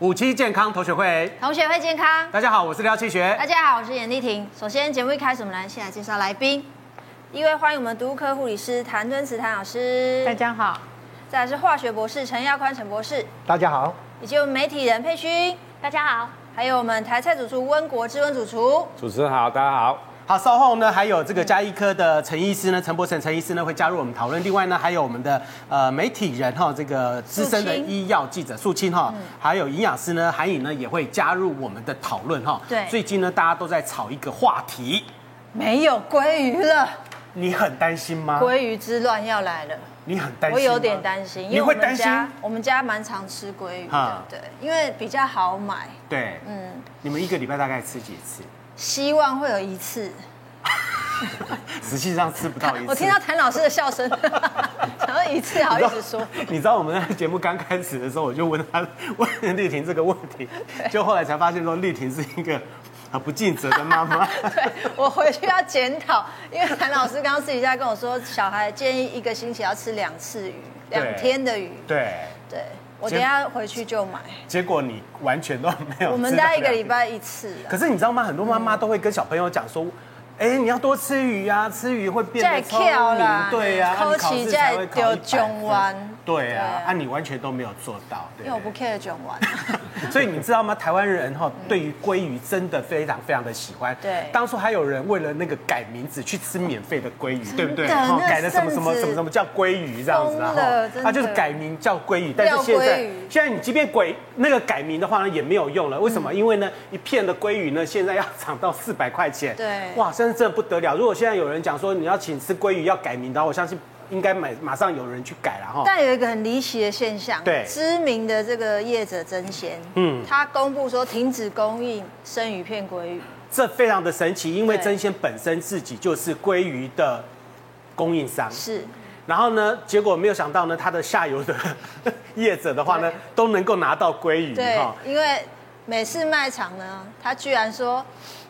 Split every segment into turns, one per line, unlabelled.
五期健康同学会，
同学会健康。
大家好，我是廖启学
大。家好，我是严丽婷。首先，节目一开始，我们来先来介绍来宾。第一位，欢迎我们毒物科护理师谭敦慈谭老师。
大。家好，
再来是化学博士陈耀宽陈博士，
大家好，
以及我们媒体人佩勋。
大家好，
还有我们台菜主厨温国之温主厨。
主持人好，大家好。
好，稍后呢，还有这个加医科的陈医师呢，陈伯成陈医师呢会加入我们讨论。另外呢，还有我们的呃媒体人哈，这个资深的
素嗯清
医药记者素清哈，还有营养师呢韩颖呢也会加入我们的讨论哈。
对
最近呢大家都在炒一个话题，
没有鲑鱼了，
你很担心吗？
鲑鱼之乱要来了。
你很担心吗？
我有点担心，因
你
为
会
我
担
们
心？
家我们家蛮常吃鲑鱼的
啊，
对，因为比较好买，
对，
嗯，
你们一个礼拜大概吃几次？
希望会有一次。
实际上吃不到一次。
我听到谭老师的笑声， 想要一次好意思说，
你知道我们在节目刚开始的时候，我就问他 问丽婷这个问题，就后来才发现说丽婷是一个很不尽责的妈妈。
对我回去要检讨，因为谭老师刚刚私底下跟我说，小孩建议一个星期要吃两次鱼，
对
两天的鱼，
对，
对我
结
等一下回去就买，
结果你完全都没有。
我们大概一个礼。拜一次啊
可。是你知道吗？很多妈妈都会跟小朋友讲说。哎、你要多吃鱼啊，吃鱼会变得聪
这会翘
明
啦，
对呀、啊，
考
你考
起
试才会
这
考
会
一
丢囧弯
对呀、
对
啊，啊，你完全都没有做到，对
因
不
为
对
我不 care 卷完，
所以你知道吗？台湾人哈、对于鲑鱼真的非常非常的喜欢。
对
当初还有人为了那个改名字去吃免费的鲑鱼，对不对？
那
齁
阵子
改了什么什么什么什么叫鲑鱼这样子啊
疯了
齁
真的
啊就是改名叫鲑鱼，但是现
料
在
鲑鱼嗯
现在你即便鬼那个改名的话呢，也没有用了。为什么？因为呢，一片的鲑鱼呢，现在要涨到四百块钱。
对
哇，真的真的不得了。如果现在有人讲说你要请吃鲑鱼要改名的话，我相信应该买马上有人去改了哈。齁
但有一个很离奇的现象，
哦对
知名的这个业者真鲜，嗯，他公布说停止供应生鱼片鲑鱼，
这非常的神奇，因为
对
真鲜本身自己就是鲑鱼的供应商，
是
然后呢，结果没有想到呢，它的下游的 业者的话呢
对，
都能够拿到鲑鱼
对
哈，，
因为美式卖场呢，他居然说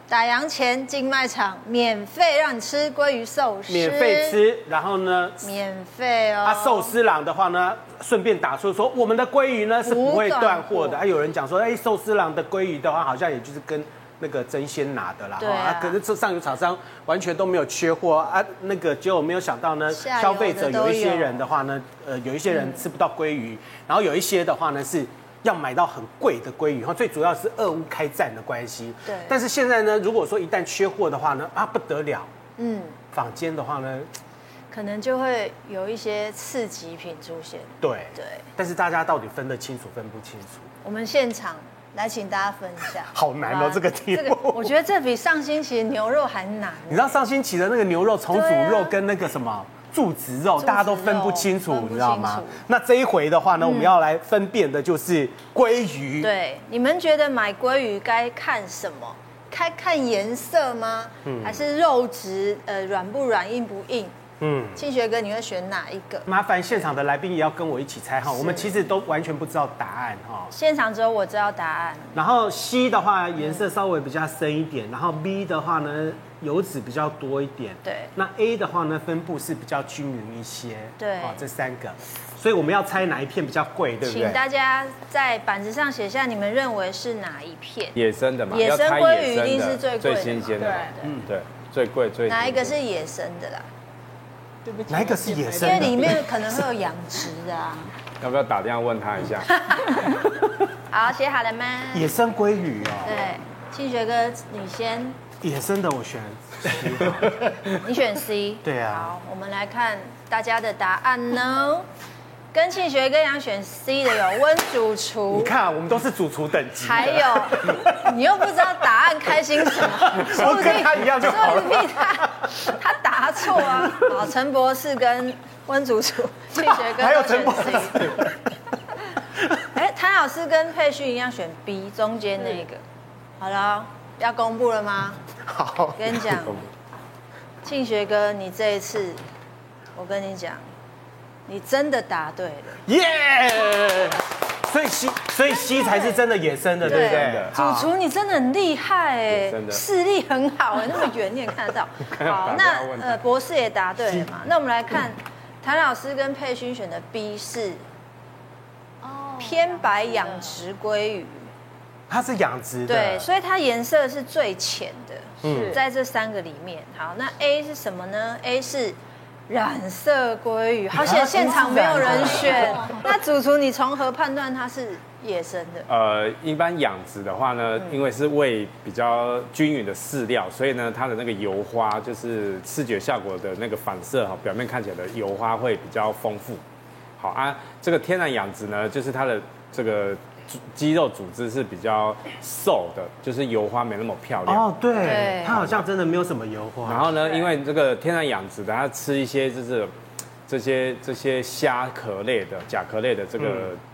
打烊前进卖场免费让你吃鲑鱼寿司，
免费，吃，然后呢，
免费哦，
啊，寿司郎的话呢，顺便打出说我们的鲑鱼呢是不会断货
不断货
的，啊，有人讲说，哎，寿司郎的鲑鱼的话，好像也就是跟。那个真鲜拿的啦，
对啊
可是这上游厂商完全都没有缺货啊，那个结果没有想到呢，
下游的
消费者有一些
都有
人的话呢，呃，有一些人吃不到鲑鱼，然后有一些的话呢是要买到很贵的鲑鱼，然后最主要是俄乌开战的关系，
对
但是现在呢，如果说一旦缺货的话呢，啊不得了，
嗯，
坊间的话呢，
可能就会有一些次级品出现，
对
对，
但是大家到底分得清楚分不清楚？
我们现场。来，请大家分一 下。
好难哦
好吧
这个题目
啊这个我觉得这比上星期牛肉还难。
你知道上星期的那个牛肉重
对
组
啊
肉跟那个什么柱子肉，
子肉
大家都分不清楚
分不，清楚
你知道吗？那这一回的话呢，我们要来分辨的就是鲑鱼。
嗯对，你们觉得买鲑鱼该看什么？该看颜色吗？还是肉质？呃，软不软，硬不硬？
嗯，
庆学哥，你会选哪一个？
麻烦现场的来宾也要跟我一起猜哈，我们其实都完全不知道答案哈。
现场只有我知道答案。
然后 C 的话颜色稍微比较深一点，然后 B 的话呢油脂比较多一点，
对
那 A 的话呢分布是比较均匀一些，
对
哦，这三个，所以我们要猜哪一片比较贵，对不
请
对？
大家在板子上写下你们认为是哪一片，
野生的嘛，
野生
要猜
鲑鱼
野生的
一定是最贵的嘛
最新鲜的嘛，
对
嗯，对，最贵最新鲜
哪一个是野生的啦？
哪一个是野
因
生
为
的？
里面可能会有养殖的 啊。
要不要打电话问他一下？
好，写好了吗？
野生鲑鱼哦，
对，庆学哥，你 先，
野生的我选 C 好了。
你选 C。
对啊，
好，我们来看大家的答案呢。跟庆学哥一样选 C 的有温主
你
厨，
看，啊我们都是主厨等级的，
还 有你又不知道答案，开心什 么？说不
跟他一样就好了
说不定他他答错 啊。好，陈博士跟温主厨，庆学哥
还有
都
陈
选
博
C。
士。
哎，谭老师跟佩旭一样选 B 中间那个。好了，要公布了吗？
好，
跟你讲，庆学哥，你这一次，我跟你讲，你真的答对了。
耶！所以 C，所以 C 才是真的野生的，对不
真
对
的？
主厨你真的很厉害哎
真，的
视力很好哎，那么远你也看得到。好，那
打电话问他
呃博士也答对了嘛？那我们来看谭老师跟佩勋选的 B 是
哦
偏白养殖鲑鱼，
它是养殖的，
对，所以它颜色是最浅的，
嗯
在这三个里面。好，那 A 是什么呢？A 是染色鲑鱼，好险现场没有人选。那主厨，你从何判断它是野生的？
呃，一般养殖的话呢，
嗯
因为是喂比较均匀的饲料，所以呢，它的那个油花就是视觉效果的那个反射哈，表面看起来的油花会比较丰富。好啊，这个天然养殖呢，就是它的这个组肌肉组织是比较瘦的，就是油花没那么漂亮。
哦，对，
对
它好像真的没有什么油花。
然后呢，
对
因为这个天然养殖的，它吃一些就是这些这些虾壳类的、甲壳类的这
嗯
个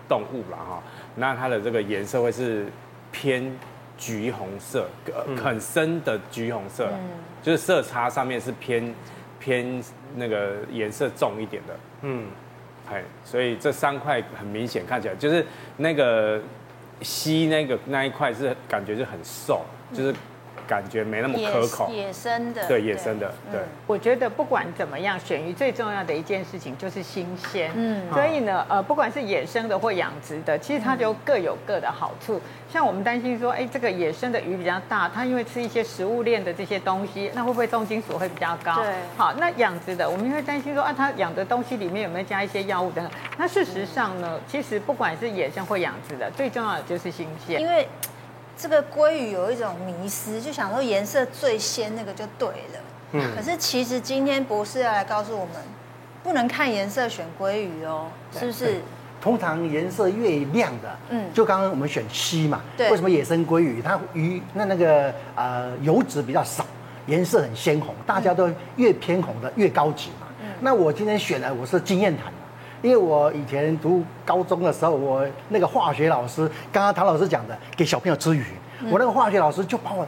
动物啦哈、那它的这个颜色会是偏橘红色，
嗯
呃很深的橘红色啦，就是色差上面是偏偏那个颜色重一点的，
嗯，
哎，所以这三块很明显看起来就是那个吸那个那一块是感觉就很瘦，就是感觉没那么
野
可口，
野生的，嗯
对野生的，对。
我觉得不管怎么样，选鱼最重要的一件事情就是新鲜。
嗯
嗯，所以呢，呃，不管是野生的或养殖的，其实它就各有各的好处。像我们担心说，哎，这个野生的鱼比较大，它因为吃一些食物链的这些东西，那会不会重金属会比较高？
对
好，那养殖的，我们会担心说，啊，它养的东西里面有没有加一些药物等等。那事实上呢，其实不管是野生或养殖的，最重要的就是新鲜。
因为这个鲑鱼有一种迷思，就想说颜色最鲜那个就对了。可是其实今天博士要来告诉我们，不能看颜色选鲑鱼哦，是不是？
嗯通常颜色越亮的，
嗯
嗯，就刚刚我们选 C 嘛，
对
为什么野生鲑鱼它鱼那那个呃油脂比较少，颜色很鲜
嗯
红，大家都越偏红的越高级嘛。那我今天选的我是经验谈嘛，因为我以前读高中的时候，我那个化学老师，刚刚唐老师讲的，给小朋友吃鱼，
嗯
我那个化学老师就把我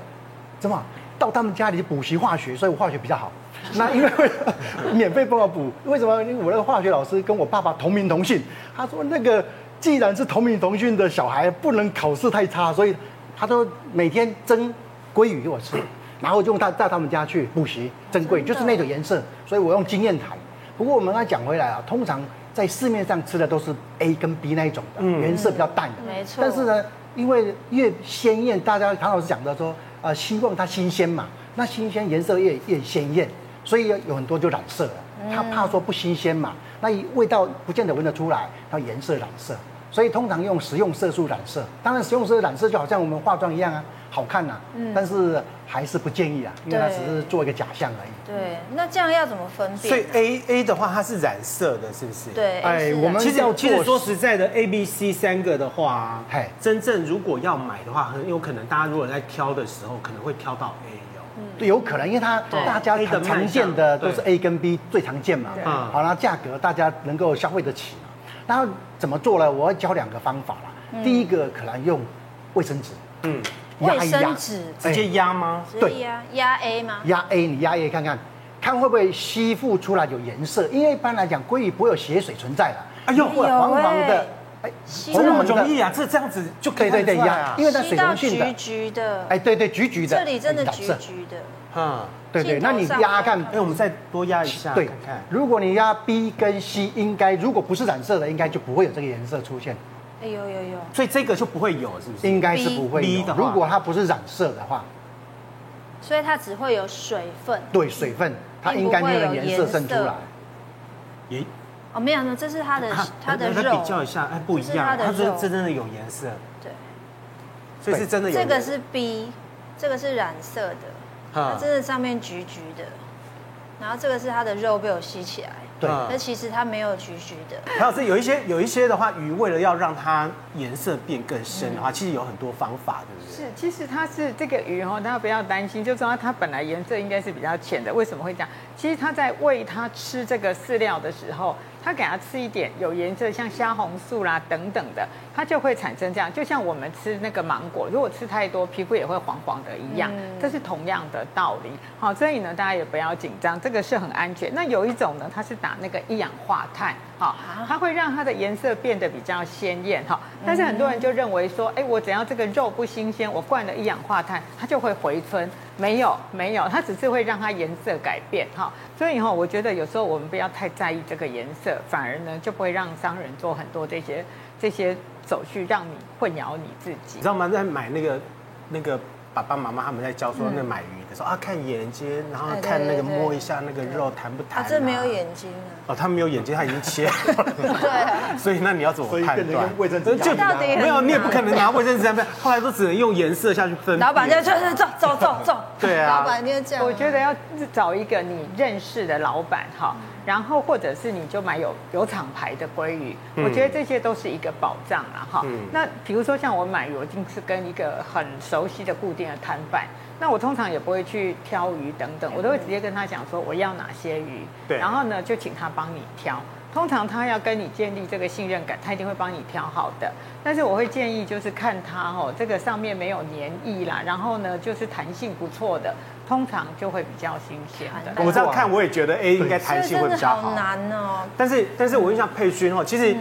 怎么到他们家里去补习化学，所以我化学比较好。那因为 免费帮我补，为什么？因为我那个化学老师跟我爸爸同名同姓，他说那个既然是同名同姓的小孩，不能考试太差，所以他都每天蒸鲑鱼给我吃，然后就用他带他们家去补习蒸鲑鱼，
真的
就是那种颜色，所以我用经验谈。不过我们要讲回来啊，通常在市面上吃的都是 A 跟 B 那一种的，颜色比较淡的。
没错
但是呢，因为越鲜艳，大家唐老师讲的说，呃，希望它新鲜嘛，那新鲜颜色越越鲜艳，所以有很多就染色了。他怕说不新鲜嘛，那味道不见得闻得出来，它颜色染色，所以通常用食用色素染色。当然，食用色素染色就好像我们化妆一样啊，好看呐、但是还是不建议啊，因为它
对
只是做一个假象而已。
对，那这样要怎么分
所以
辨？
A A 的话，它是染色的，是不是？。
对，
哎
是啊
我们
其实
要做
其实说实在的，A、B、C 三个的话啊
嗨，
真正如果要买的话，很有可能大家如果在挑的时候，可能会挑到 A 哦。
嗯
对，有可能，因为它
对
大家
A 的
常
卖
常见
相
的都是
对
A 跟 B 最常见嘛
对，
嗯
好，那价格大家能够消费得起嘛。那怎么做呢？我要教两个方法啦。第一个可能用卫生纸
嗯，
压
卫
一压
生，纸
直接压吗？
直
对
接压压 A 吗？
压 A，你压 A 看看，看会不会吸附出来有颜色？因为一般来讲，鲑鱼不会有血水存在的，
哎呦
如果黄黄的，哎，
吸
这
红
么
红
容易
的，
啊，这这样子就可以
对对对，
看得出来
压
啊，
因为它
吸
水
到
溶性
橘
的，
橘的，
哎，对对，橘橘的，哎
这里真的
染
橘
色
橘的，
嗯，
对对，
镜头
那你
上
压
来
看
看
哎，我们再多压一下，
对
看看，。
如果你压 B 跟 C，应该如果不是染色的，应该就不会有这个颜色出现，
哎呦呦呦，
所以这个就不会有，是不是？
应该是不会
B
有
的话
如果它不是染色的话，
所以它只会有水分。
对水分，它应该没有颜色渗出来。
也
哦，没有没有，这是它的
啊
它的
来
肉。
比较一下，哎，不一
这是
样，
它的
它
肉
这这真的有颜色，
对，
所以是真的有
这
颜色。
个是 B，这个是染色的，它
啊
真的上面橘橘的，然后这个是它的肉被我吸起来，
对，
嗯
但其实它没有橘橘的。
还有是有一些有一些的话，鱼为了要让它颜色变更深
嗯
的话，其实有很多方法，对不对？
是，其实它是这个鱼哦，大家不要担心，就知道它本来颜色应该是比较浅的。为什么会这样？其实它在喂它吃这个饲料的时候，它给它吃一点有颜色，像虾红素啦等等的，它就会产生这样。就像我们吃那个芒果，如果吃太多，皮肤也会黄黄的一样，这是同样的道理。好，所以呢，大家也不要紧张，这个是很安全。那有一种呢，它是打那个一氧化碳。哈，它会让它的颜色变得比较鲜艳哈。但是很多人就认为说，哎，我只要这个肉不新鲜，我灌了一氧化碳，它就会回春。没有，没有，它只是会让它颜色改变哈。所以哈，我觉得有时候我们不要太在意这个颜色，反而呢就不会让商人做很多这些这些手续，让你混淆你自己
你知。道吗？在买那个那个爸爸妈妈他们在教说那买鱼的时候、啊，看眼睛，然后
嗯哎对
看那个
对对
摸一下那个肉弹不弹、
他
啊。
这没有眼睛啊，
哦，他没有眼睛，他已经切了，
对啊，
所以那你要怎么
所以
判
变成
断？
用卫生纸
就
到底很
没有，你也
难
不可能拿卫生纸在那边，后来都只能用颜色下去分别。
老板就说走走走走，
对啊
老板就这样啊，
我觉得要找一个你认识的老板哈，
嗯
然后或者是你就买有有厂牌的鲑鱼，
嗯
我觉得这些都是一个保障啦哈
嗯。
那比如说像我买鱼，我一定是跟一个很熟悉的固定的摊贩，那我通常也不会去挑鱼等等，我都会直接跟他讲说我要哪些鱼，
嗯对
然后呢就请他帮你挑。通常他要跟你建立这个信任感，他一定会帮你挑好的。但是我会建议就是看他哦，这个上面没有粘液啦，然后呢就是弹性不错的，通常就会比较新鲜的。
我这样看，我也觉得 A 应该弹性
所
会
以
比
真的
较
好
好。
难哦，
但是，但是我印象佩君哦，其实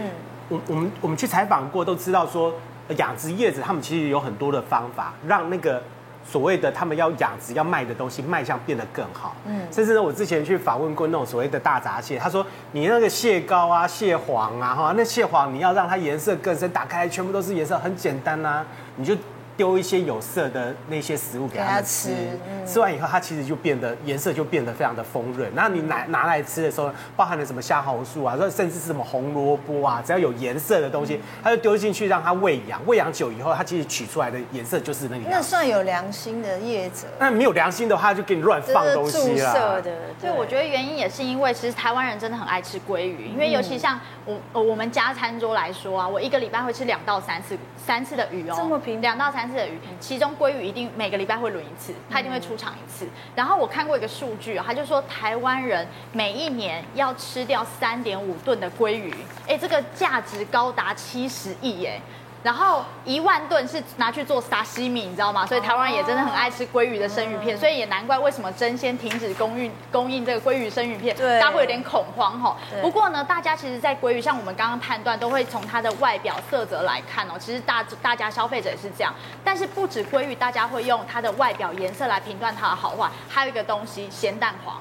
我我们我们去采访过，都知道说呃养殖业者他们其实有很多的方法，让那个所谓的他们要养殖要卖的东西卖相变得更好。嗯，甚至呢，我之前去访问过那种所谓的大闸蟹，他说你那个蟹膏啊、蟹黄啊，哈，那蟹黄你要让它颜色更深，打开来全部都是颜色，很简单呐、你就。丢一些有色的那些食物给它
给它
们
吃
吃，
嗯
吃完以后，它其实就变得颜色就变得非常的丰润。那你
嗯
拿拿来吃的时候，包含了什么虾红素啊，甚至是什么红萝卜啊，只要有颜色的东
嗯
西，它就丢进去让它喂养。喂养久以后，它其实取出来的颜色就是那个
那
样子。
算有良心的业者，
那没有良心的话，就给你乱放
这
东
是
西
注
啦
射。的，
对，我觉得原因也是因为，其实台湾人真的很爱吃鲑鱼，因为尤其像我呃我们家餐桌来说啊，我一个礼拜会吃两到三次三次的鱼哦，
这么频繁嗯
两到三次的鱼，其中鲑鱼一定每个礼拜会轮一次，它一定会出场一次。然后我看过一个数据、哦，他就说台湾人每一年要吃掉三点五吨的鲑鱼，哎，这个价值高达七十亿耶。然后一万吨是拿去做沙西米，你知道吗？所以台湾人也真的很爱吃鲑鱼的生鱼
哦
片，所以也难怪为什么争先停止供应供应这个鲑鱼生鱼片，
对
大家会有点恐慌哈、
对
不过呢，大家其实，在鲑鱼像我们刚刚判断，都会从它的外表色泽来看哦。其实大大家消费者也是这样，但是不止鲑鱼，大家会用它的外表颜色来评断它的好坏，还有一个东西咸蛋黄。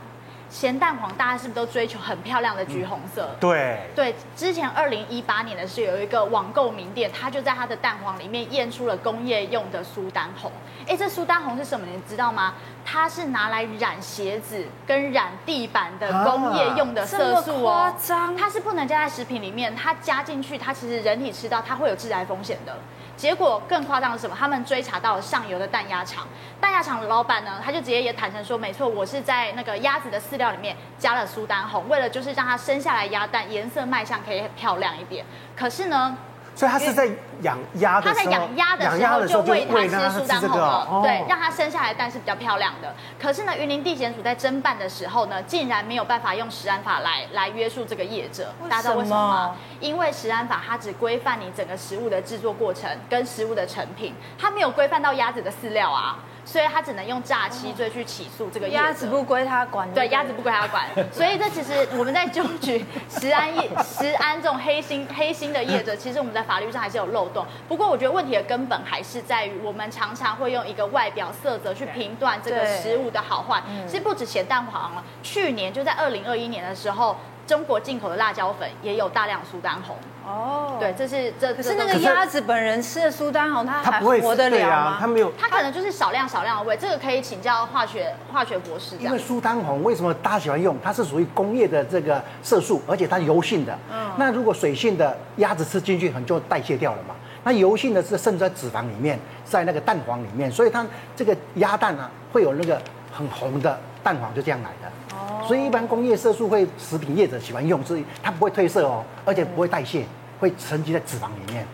咸蛋黄，大家是不是都追求很漂亮的橘红色？
嗯对，
对，之前二零一八年的是有一个网购名店，它就在它的蛋黄里面验出了工业用的苏丹红。哎，这苏丹红是什么？你知道吗？它是拿来染鞋子跟染地板的工业用的色
啊这么
素
夸
哦。
张
它是不能加在食品里面，它加进去，它其实人体吃到它会有致癌风险的。结果更夸张的是什么？他们追查到了上游的蛋鸭厂，蛋鸭厂的老板呢，他就直接也坦诚说，没错，我是在那个鸭子的饲料里面加了苏丹红，为了就是让它生下来鸭蛋颜色卖相可以漂亮一点。可是呢，
所以它是在养鸭的
他在
时候，
养鸭的
养
时
鸭
候
的
就喂它
喂让
吃
它
苏丹
吃这
红
个
了，
哦，
对，让它生下来的蛋是比较漂亮的。可是呢，云林地检署在侦办的时候呢，竟然没有办法用食安法来来约束这个业者，大家知道为什么吗？因为食安法它只规范你整个食物的制作过程跟食物的成品，它没有规范到鸭子的饲料啊，所以它只能用诈欺罪去起诉这个业者
鸭子不归他管，
对，鸭子不归他 管，所以这其实我们在纠举食安业、食安这种黑心黑心的业者， 其实我们在法律上还是有漏洞。不过我觉得问题的根本还是在于，我们常常会用一个外表色泽去评断这个
对嗯
食物的好坏。其实不止咸蛋黄了，去年就在二零二一年的时候，中国进口的辣椒粉也有大量苏丹红。
哦，
对，。这是这
可
可
是那个鸭子本人吃的苏丹红，它
它
还
不会
活得
对
了
啊
吗？，
它没有
它可能就是少量少量的味，这个可以请教化学化学博士这
因
样
为。苏丹红为什么大家喜欢用？它是属于工业的这个色素，而且它油性的。那如果水性的鸭子吃进去，很就代谢掉了嘛。那油性的是渗在脂肪里面，在那个蛋黄里面，所以它这个鸭蛋啊会有那个很红的蛋黄，就这样来的。哦。所以一般工业色素会食品业者喜欢用，是它不会褪色哦，而且不会代谢，会沉积在脂肪里面。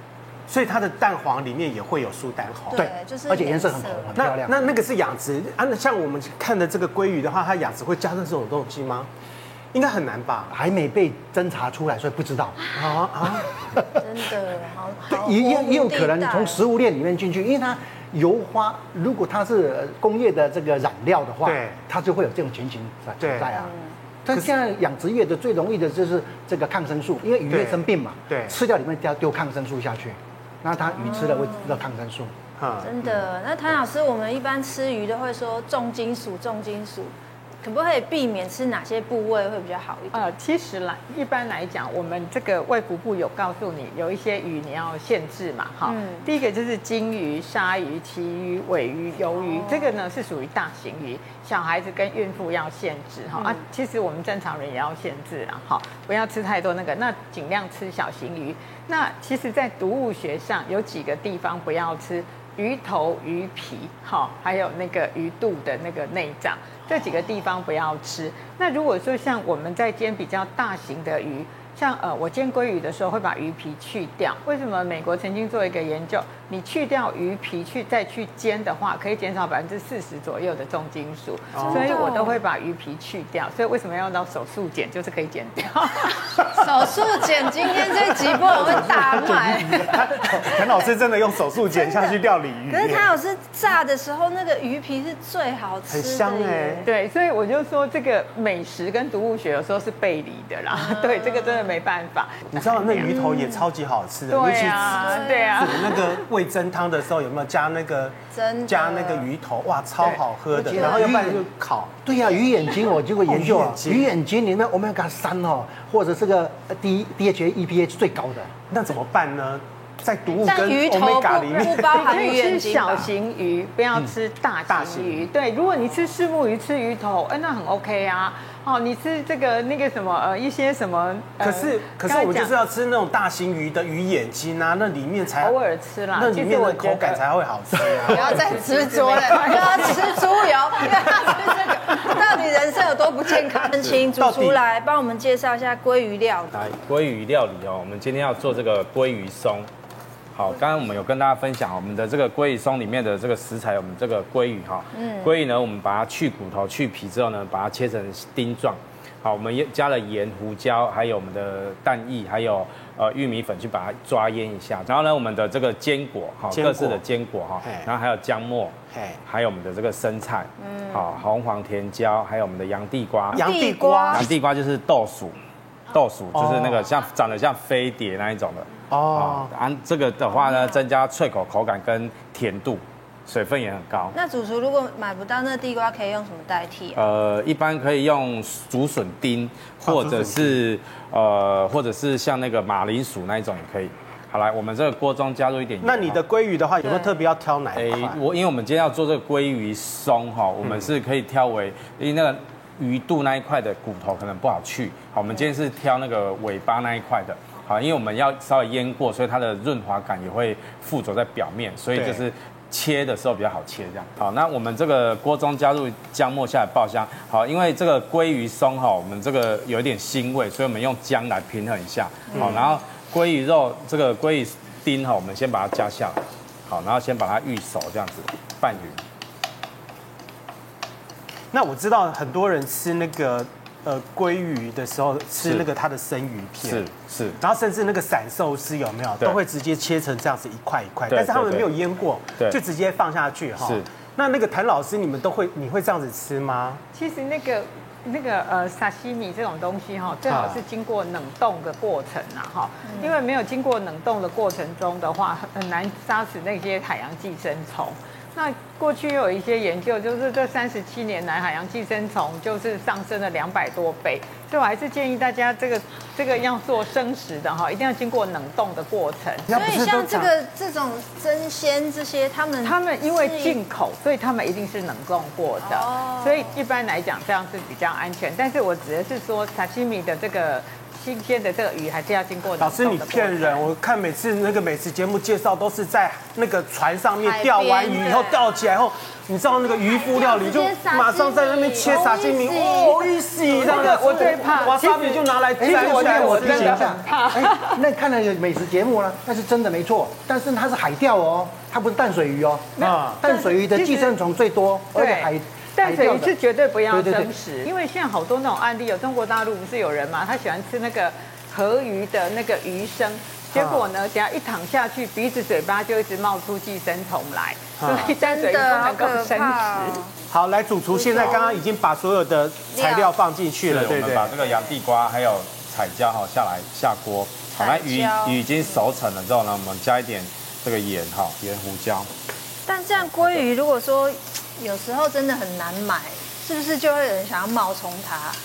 所以它的蛋黄里面也会有苏丹红。
对就是
而且颜色很
颜色
红，很漂
那
亮。
那那个是养殖啊？那像我们看的这个鲑鱼的话，它养殖会加上这种东西吗？应该很难吧？
还没被侦查出来，所以不知道。
啊
哦
啊！
真的，好
对
好，
也
荒
也
芜
也有可能
地带啊
从食物链里面进去，因为它油花如果它是呃工业的这个染料的话
对，
它就会有这种情形在
对
嗯
存在啊。但现在养殖业的最容易的就是这个抗生素，因为鱼会
对
生病嘛，
对
吃掉里面丢丢抗生素下去，那它鱼吃了会吃到抗生素。
嗯
啊，
真
嗯
的。那谭老师，我们一般吃鱼都会说重金属，重金属，可不可以避免吃哪些部位会比较好一点？
呃，其实来一般来讲，我们这个卫福部有告诉你，有一些鱼你要限制嘛，哈。
嗯
第一个就是金鱼、鲨鱼、旗鱼、尾鱼、鱿鱼，这个呢是属于大型鱼，小孩子跟孕妇要限制哈、啊。其实我们正常人也要限制啦，哈，不要吃太多那个，那尽量吃小型鱼。那其实，在毒物学上有几个地方不要吃。鱼头、鱼皮，哈，还有那个鱼肚的那个内脏，这几个地方不要吃。那如果说像我们在煎比较大型的鱼，像呃，我煎鲑鱼的时候会把鱼皮去掉。为什么美国曾经做一个研究，你去掉鱼皮去再去煎的话，可以减少百分之四十左右的重金属，所以我都会把鱼皮去掉。所以为什么要用到手术剪，就是可以剪 掉。
手术剪今天这集不我会大卖。
谭老师真的用手术剪下去料理鱼
可，是谭老师炸的时候，那个鱼皮是最好吃的，
很香哎。
对，所以我就说这个美食跟毒物学有时候是背离的啦。
啊
对，这个真的没办法。
你知道那鱼头也超级好吃的，尤
对
其
啊
煮，
对啊。
那个味噌汤的时候有没有加那个
真的
加那个鱼头？哇，超好喝的。
对
然后要不然就烤，
对呀、鱼眼睛我经过研究
哦
啊，鱼
鱼眼睛
眼睛里面 omega 三哦，或者这个呃 D DHA EPA 是最高的。
那怎么办呢？在毒物
但
跟
鱼头
omega
不
里面
不，包
你可
含鱼
以吃
眼睛吧
小型鱼，不要吃大
大
型
型
鱼。
鱼
嗯对，如果你吃虱目鱼、吃鱼头，哎、那很 OK 啊。哦，你吃这个那个什么呃一些什么，呃
可是可是
刚才
我们就是
讲
要吃那种大型鱼的鱼眼睛啊，那里面才
偶尔吃啦
那，
其
里
实
面
我
的
觉
口
得
感才会好吃
不
啊。
要再执着了，又要吃猪油，又要吃这个，到底人生有多不健 康？请主
到底
厨来帮我们介绍一下鲑鱼料理。
来，鲑鱼料理哦，我们今天要做这个鲑鱼松。好，刚刚我们有跟大家分享，我们的这个鲑鱼松里面的这个食材，我们这个鲑鱼哈，嗯，鲑鱼呢，我们把它去骨头、去皮之后呢，把它切成丁状。好，我们也加了盐、胡椒，还有我们的蛋液，还有呃玉米粉去把它抓腌一下。然后呢，我们的这个坚果，好，
坚果
各式的坚果哈
嘿，
然后还有姜末，
嘿
还有我们的这个生菜，嗯，好，红黄甜椒，还有我们的洋地瓜，
洋地瓜
然后地瓜就是豆薯，豆薯就是那个像长得像飞碟那一种的
哦
哦。，按这个的话呢，增加脆口口感跟甜度，水分也很高。
那主厨如果买不到那地瓜，可以用什么代替、啊？
呃，一般可以用竹笋丁，或者是呃，或者是像那个马铃薯那一种也可以。好来，我们这个锅中加入一点油。
那你的鲑鱼的话，有没有特别要挑哪
诶
一块，？嗯
我因为我们今天要做这个鲑鱼松哈，我们是可以挑为，因为那个鱼肚那一块的骨头可能不好去，好，我们今天是挑那个尾巴那一块的，好，因为我们要稍微腌过，所以它的润滑感也会附着在表面，所以
对
就是。切的时候比较好切，这样好。那我们这个锅中加入姜末下来爆香，好，因为这个鲑鱼松哈，我们这个有一点腥味，所以我们用姜来平衡一下，好。然
嗯
后鲑鱼肉这个鲑鱼丁哈，我们先把它加下来，好，然后先把它预熟这样子拌匀。
那我知道很多人吃那个呃鲑鱼的时候，吃
是
那个它的生鱼片，
是是，
然后甚至那个散寿司有没有，
对
都会直接切成这样子一块一块，
对
但是他们
对
没
对
有腌过，
对
就直接放下去哈
是。
那那个谭老师，你们都会，你会这样子吃吗？
其实那个那个呃沙西米这种东西哈、最好是经过冷冻的过程啊哈、因为没有经过冷冻的过程中的话，很难杀死那些海洋寄生虫。那过去有一些研究，就是这三十七年来海洋寄生虫就是上升了两百多倍，所以我还是建议大家这个这个要做生食的哈，一定要经过冷冻的过程。
那
所
不
以
是
像
都
这
长
个这种真鲜这些，他们
嗯他们因为
是
进口，所以他们一定是冷冻过的，
哦
所以一般来讲这样是比较安全。但是我指的是说，沙西米的这个新鲜的这个鱼还是要经过冷
老
冻
师，
的
你
过
骗
程
人！我看每次那个美食节目介绍都是在那个船上面
海边
钓完鱼以后
对
钓起来后，你知道那个渔夫料理就
直接撒
马上在那边切撒金米，哦，一洗这样
那
子
个我最怕
哇，
其实
沙米就拿来
哎，这
沾
个
起来，
我
我自
真
己
的
想
很怕。哎，那看了有美食节目呢，那是真的没错，但是它是海钓哦，它不是淡水鱼哦。
啊
淡水鱼的寄生虫最多，而且海
对。淡水
海
鱼
钓的
是绝对不要
对对对
生食，因为现在好多那种案例，有中国大陆不是有人嘛，他喜欢吃那个河鱼的那个鱼生，结果
啊
呢，只要一躺下去，
啊
鼻子、嘴巴就一直冒出寄生虫来，所以淡水鱼
真
不
的好
能够
可
生
怕、
食
哦。。
好，来主厨现在刚刚已经把所有的材料放进去了，
我
对不
们
对？
把这个洋地瓜还有彩椒哈下来下锅，好，那鱼
彩椒
鱼已经熟成了之后呢，我们加一点这个盐哈，盐胡椒。
但这样鲑鱼如果说有时候真的很难买，是不是就会有人想要冒充它？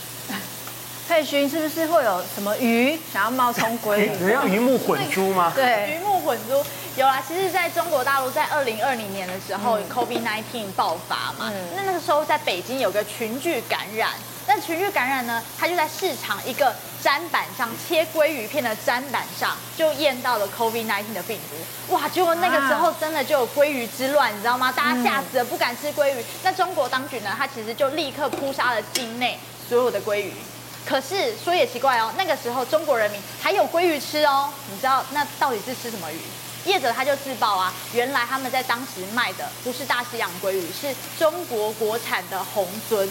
佩勋是不是会有什么鱼想要冒充鲑
你你
鱼？
哎要鱼目混珠吗？
对
鱼，目混珠有啊啦，其实在中国大陆在二零二零年的时候、c o v i d nineteen 爆发嘛，那那个时候在北京有个群聚感染。那群聚感染呢，它就在市场一个砧板上切鲑鱼片的砧板上，就验到了 COVID nineteen 的病毒。哇，结果那个时候真的就有鲑鱼之乱，你知道吗？大
嗯
家吓死了，不敢吃鲑鱼。那中国当局呢，它其实就立刻扑杀了境内所有的鲑鱼。可是说也奇怪哦，那个时候中国人民还有鲑鱼吃哦，你知道那到底是吃什么鱼？业者他就自曝啊，原来他们在当时卖的不是大西洋鲑鱼，是中国国产的红鳟。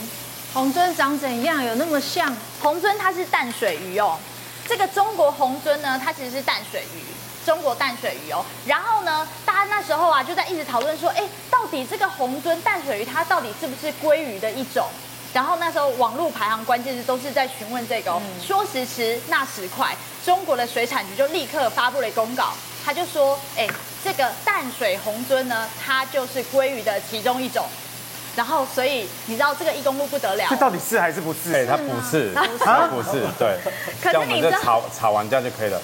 红尊长怎样？有那么像？
红鳟它是淡水鱼哦，这个中国红鳟呢，它其实是淡水鱼，中国淡水鱼哦。然后呢，大家那时候啊就在一直讨论说，哎，到底这个红鳟淡水鱼它到底是不是鲑鱼的一种？然后那时候网络排行关键字都是在询问这个、哦，说时迟那时快，中国的水产局就立刻发布了公告，他就说，哎，这个淡水红鳟呢，它就是鲑鱼的其中一种。然后，所以你知道这个一公路不得了啊
这，到底是还是不是？啊
对，哎它不是，它不是，对。
可是你知道
像我们就炒炒完这样就可以了。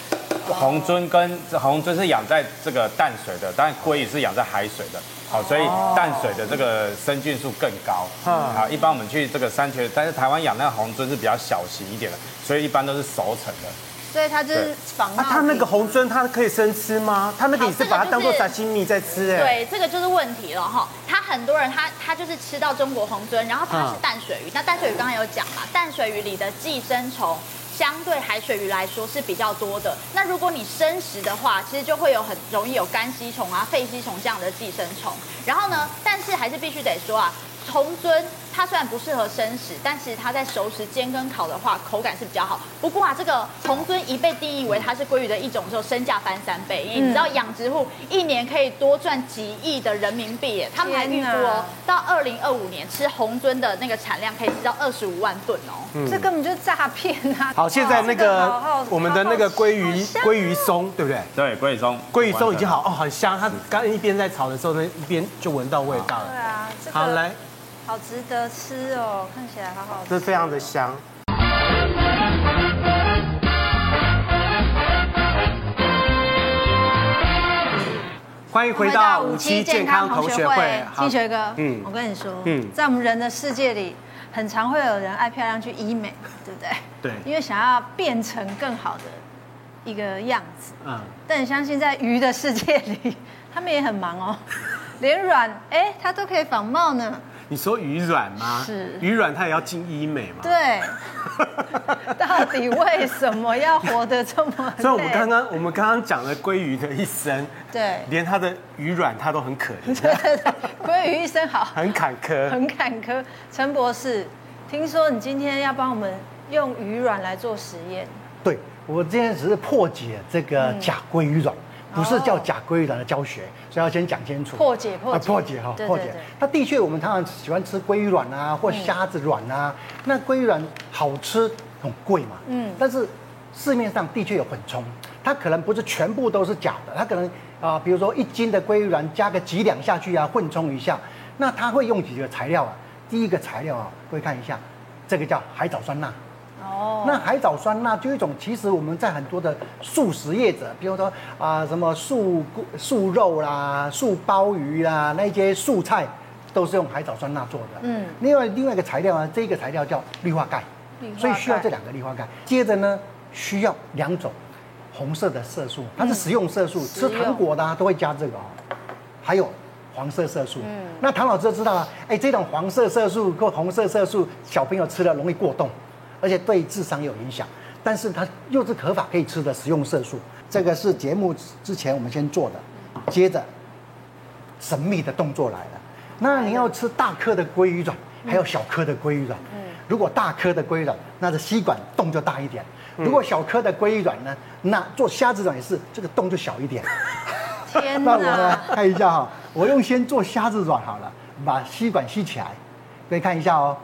红鳟跟红鳟是养在这个淡水的，但鲑鱼是养在海水的。好，所以淡水的这个生菌数更高。
哦嗯
好，一般我们去这个山泉，但是台湾养那个红鳟是比较小型一点的，所以一般都是熟成的。
所以它就是
对
仿冒
啊，
品。
它那个红鳟，它可以生吃吗？它那个也是把它当做
好这
沙
个
西米在吃哎、
对，这个就是问题了哈。他很多人他他就是吃到中国红鳟，然后它
嗯
是淡水鱼。那淡水鱼刚刚有讲嘛，淡水鱼里的寄生虫相对海水鱼来说是比较多的。那如果你生食的话，其实就会有很容易有肝吸虫啊、肺吸虫这样的寄生虫。然后呢，但是还是必须得说啊，红鳟它虽然不适合生食，但是它在熟食煎跟烤的话，口感是比较好。不过啊，这个红鳟一被定义为它是鲑鱼的一种之后，身价翻三倍，因为你知道
嗯
养殖户一年可以多赚几亿的人民币耶，他们还预估
天
哦
哪，
到二零二五年吃红鳟的那个产量可以吃到二十五万吨哦。
这根本就诈骗啊！
嗯好，现在那个、
好好
我们的那个鲑
好
鱼
香
鲑鱼松，对不对？
对，鲑鱼松，
鲑鱼松已经好哦，很香。它刚一边在炒的时候呢，一边就闻到 味道
对
了。
啊，这个
好，来，
好值得吃哦，看起来好好吃。
这非常的香。欢迎回到五期健康同学会，好
金学哥，
嗯
嗯，我跟你说，
嗯
嗯，在我们人的世界里，很常会有人爱漂亮去医美，对不对？
对
因为想要变成更好的一个样子。
嗯，
但你相信在鱼的世界里，他们也很忙 哦，连软哎，它都可以仿冒呢。
你说鱼软吗？
是
鱼软它也要进医美吗？
对，到底为什么要活得这么累？
所以我们刚刚我们刚刚讲了鲑鱼的一生，
对
连它的鱼软它都很可怜，
对对对，鲑鱼医生好。
很坎坷。
很坎坷。陈博士，听说你今天要帮我们用鱼卵来做实验，
对我今天只是破解这个
嗯
假鲑鱼卵，不是叫假鲑鱼卵的教学，所以要先讲清楚。
破解破解
啊破解哈
对，对
破解
对。
那的确，我们常常喜欢吃鲑鱼卵啊，或虾子卵啊。
嗯
那鲑鱼卵好吃，很贵嘛。嗯。但是市面上的确有混充，它可能不是全部都是假的，它可能啊、比如说一斤的鲑鱼卵加个几两下去啊，混充一下。那它会用几个材料啊？第一个材料啊，各位看一下，这个叫海藻酸钠。
哦
那海藻酸钠就一种，其实我们在很多的素食业者，比如说啊、什么素素肉啦、素鲍鱼啦，那些素菜都是用海藻酸钠做的。嗯，另外另外一个材料呢，这个材料叫氯化钙，
氯化钙
所以需要这两个氯化钙。接着呢，需要两种红色的色素，它是食用色素，
嗯食
吃
用
糖果的、啊、都会加这个哦。还有黄色色素。
嗯
那唐老师就知道了，哎，这种黄色色素或红色色素，小朋友吃了容易过动，而且对智商有影响。但是它又是合法可以吃的食用色素，这个是节目之前我们先做的，接着神秘的动作来了。那你要吃大颗的鲑鱼卵，
嗯
还有小颗的鲑鱼卵。如果大颗的鲑鱼卵，那这吸管洞就大一点；
嗯
如果小颗的鲑鱼卵呢，那做虾子卵也是这个洞就小一点。
天
那我呢
哪！，
看一下哈，我用先做虾子卵好了，把吸管吸起来，各位看一下哦，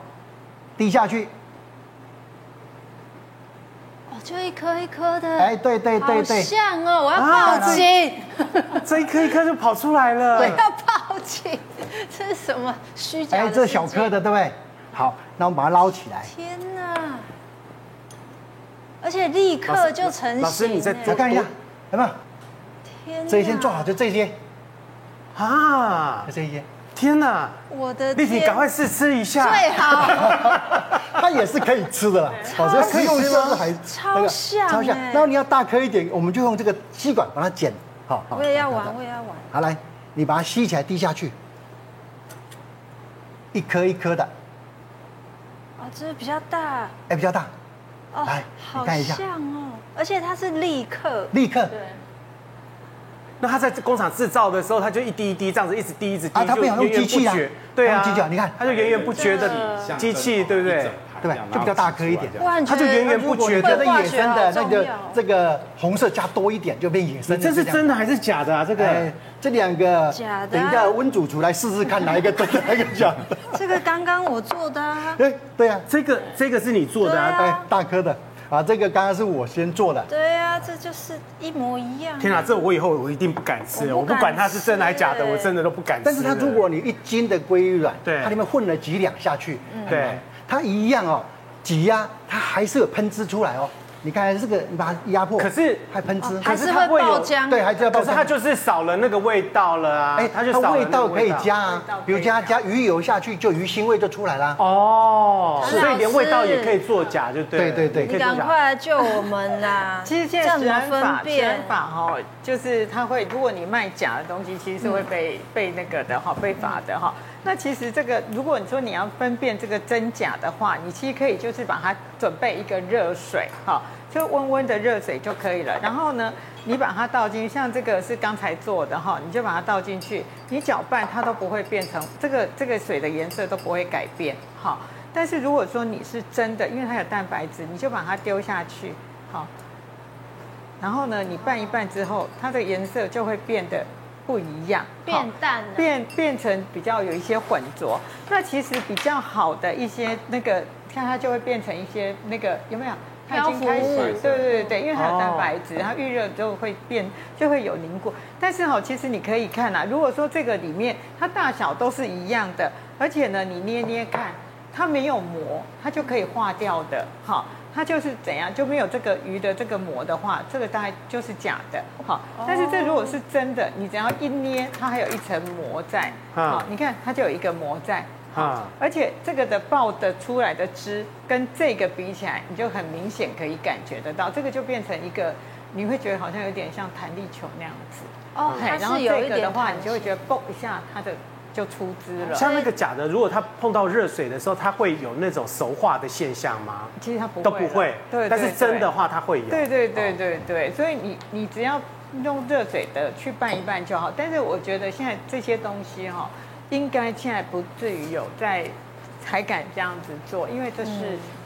滴下去，
哦，就一颗一颗的，
哎，对对对
好
对，
像哦，我要
啊
报警，
这一颗一颗就跑出来了。
我
呃
要报警，这是什么虚假的？
哎，这小颗，的对不对？好，那我们把它捞起来。
天哪！而且立
老
刻
师
就成型。欸
老师你在
来
做
看一下，有没有？
天哪
这一先做好，就这一些，
啊
就！这一些。
天哪，
我的
丽婷
天
赶快试吃一下。
最好，
它也是可以吃的啦，我觉得食用色素还
超
那个
像
超像
欸。
然后你要大颗一点，我们就用这个吸管把它剪，好。好
我也要
好好
玩，我也要玩。
好来，你把它吸起来滴下去，一颗一颗的，
哦，这个比较大，
哎，比较大，
哦
来，
好
你看一下
像哦，而且它是立刻，
立刻
对，
那他在工厂制造的时候，他就一滴一滴这样子一直滴一直滴，
啊他
就
没有用
源源
机器啊
不绝对啊，
他用机器啊你看
他就源源不绝的
像
机器，对不
一
对
整？排
对
这样
就比较大颗一点
然后挤出
哇，
来这样
它就源源不绝
觉
的
得
会化
野
学
生的
好
那
重
个
要
这个红色加多一点就变野生
你
的，
这是
就样
真的还是假的啊？这个
哎，这两个
假的啊
等一下温主厨来试试看哪一 个真的，哪一个假的。
这个刚刚我做的啊，
哎，对呀、
这个这个是你做的啊？
对啊
哎，大颗的啊，这个刚刚是我先做的。
对啊，这就是一模一样。
天哪，这我以后我一定不敢吃，哦
我
我
不敢
不管它是真的还是假的，
吃
我真的都不敢吃了。
但是它如果你一斤的鲑鱼卵，
对
它里面混了几两下去，
嗯
对
很难它一样哦，挤压它还是有喷汁出来哦。你看这个，你把它压迫，
可是
还喷汁，
哦还
是
是
它
会
会有
爆浆，
对，还是要爆
可
浆。
是它就是少了那个味道了啊！
哎，
它就少了
味
那个
道可以加
味
啊
道可以加，
比如加加鱼油下去，就鱼腥味就出来啦。
哦，
是
所以连味道也可以作假，就对了。
对对对
也可
你
以作
赶
假。
快来救我们 啦！
其实现在
啊
食
这怎么
安
分
法，食安
辨？
法哈、就是它会，如果你卖假的东西，其实是会被、
嗯
被那个的哈、被罚的哈、那其实这个，如果你说你要分辨这个真假的话，你其实可以就是把它准备一个热水哈、就温温的热水就可以了。然后呢，你把它倒进去，像这个是刚才做的哈、你就把它倒进去，你搅拌它都不会变成这个这个水的颜色都不会改变哈、但是如果说你是真的，因为它有蛋白质，你就把它丢下去好。然后呢，你拌一拌之后，它的颜色就会变得不一样，好
变淡了。
变变成比较有一些混浊。那其实比较好的一些那个，看它就会变成一些那个有没有？它已经开
漂浮
始
物，
对对对，因为它有蛋
哦
白质，它预热就会变，就会有凝固。但是哈、其实你可以看啦、如果说这个里面它大小都是一样的，而且呢，你捏捏看，它没有膜，它就可以化掉的，好、它就是怎样就没有这个鱼的这个膜的话，这个大概就是假的，好、但是这如果是真的，你只要一捏，它还有一层膜在，
嗯
好、你看它就有一个膜在，
啊，
而且这个的爆的出来的汁跟这个比起来，你就很明显可以感觉得到，这个就变成一个，你会觉得好像有点像弹力球那样子。
哦，
嘿
它
然后
是有
这
一
个的
点
话，
弹
你就会
性，
觉得嘣一下，它的就出汁了。
像那个假的，如果它碰到热水的时候，它会有那种熟化的现象吗？
其实它不会
都不会
了，对，
但是
对
真的
对
话，它会有。
对对对对对，所以你你只要用热水的去拌一拌就好。但是我觉得现在这些东西哈、应该现在不至于有在才敢这样子做，因为这是、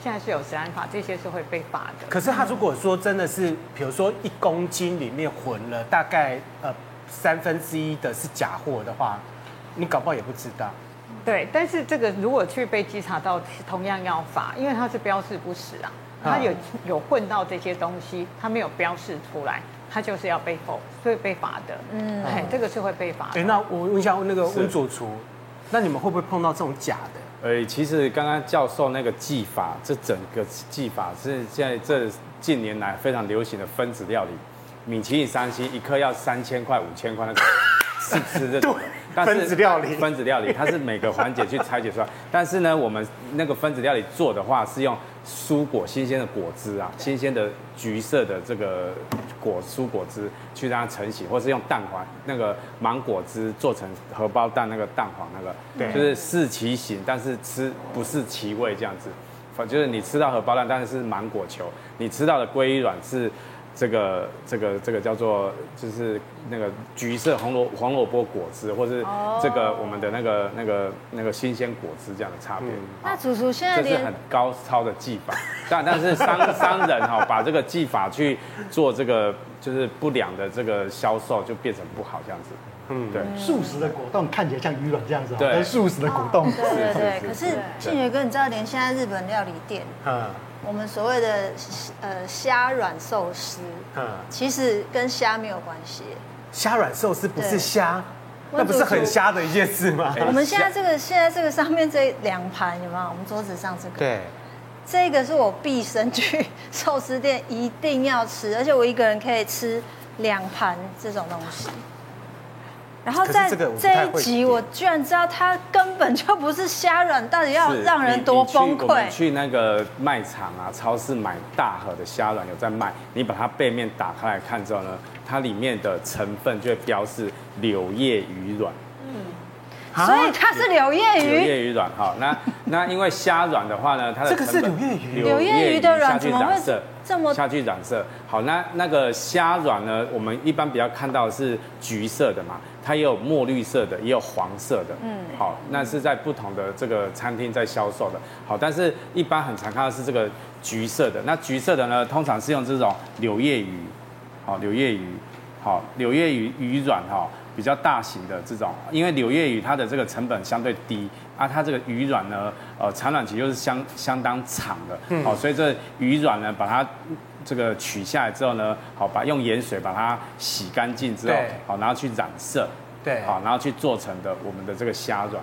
现在是有食安法，这些是会被罚的。
可是它如果说真的是，比如说一公斤里面混了大概呃三分之一的是假货的话，你搞不好也不知道。
对，但是这个如果去被稽查到，同样要罚，因为它是标示不实啊，它有有混到这些东西，它没有标示出来，它就是要被否，所以被罚的。嗯，哎，这个是会被罚的。
哎，那我问一下那个
啊是
温主厨，那你们会不会碰到这种假的？
呃，其实刚刚教授那个技法，这整个技法是现在这近年来非常流行的分子料理，米其林三星一克要三千块、五千块那个， 是吃这种的。但是
分子料理
分子料理它是每个环节去拆解出来，但是呢，我们那个分子料理做的话是用蔬果新鲜的果汁啊，新鲜的橘色的这个果蔬果汁去让它成型，或是用蛋黄那个芒果汁做成荷包蛋那个蛋黄那个，
对
就是是其形，但是吃不是其味这样子。反就是你吃到荷包蛋，但是是芒果球；你吃到的鲑鱼卵是这个这个这个叫做就是那个橘色红萝红萝卜果汁，或是这个我们的那个那个那个新鲜果汁这样的差别。
那祖祖现在
这是
连
很高超的技法，但但是商商人哈、把这个技法去做这个就是不良的这个销售，就变成不好这样子。嗯，对，
素食的果冻看起来像鱼卵这样子哦，
对
但是素食的果冻
对对对， 可
是
是庆学哥，你知道，连现在日本料理店，
嗯
啊
我们所谓的呃虾软寿司，
嗯，
其实跟虾没有关系。
虾软寿司不是虾，
对
那不是很虾的一件事吗？
哎
我们现在这个现在这个上面这两盘有没有？我们桌子上这个，
对，
这个是我毕生去 寿司店一定要吃，而且我一个人可以吃两盘这种东西。然后
可是
在
这个我不太
这
会
一集，我居然知道它根本就不是虾软，到底要
是
让人
你
多
你去
崩
我们
溃？
去那个卖场啊、超市买大盒的虾卵有在卖，你把它背面打开来看之后呢，它里面的成分就会标示柳叶鱼卵。
嗯
啊
所以它是柳叶
柳
鱼，
叶鱼卵，好，那 那因为虾卵的话呢，它的
这个是
成本
柳
柳
叶鱼
叶鱼的卵
下去
怎么会
染色
这么
下去染色？好，那那个虾卵呢，我们一般比较看到的是橘色的嘛，它也有墨绿色的，也有黄色的，嗯，好，那是在不同的这个餐厅在销售的，好，但是一般很常看到是这个橘色的，那橘色的呢，通常是用这种柳叶鱼，好，柳叶鱼，好，柳叶鱼鱼卵哈、比较大型的这种，因为柳叶鱼它的这个成本相对低啊，它这个鱼卵呢，呃，产卵期又是相相当长的，
嗯
好、所以这鱼卵呢，把它这个取下来之后呢，好，把用盐水把它洗干净之后
对，
好，然后去染色，
对
好，然后去做成的我们的这个虾卵，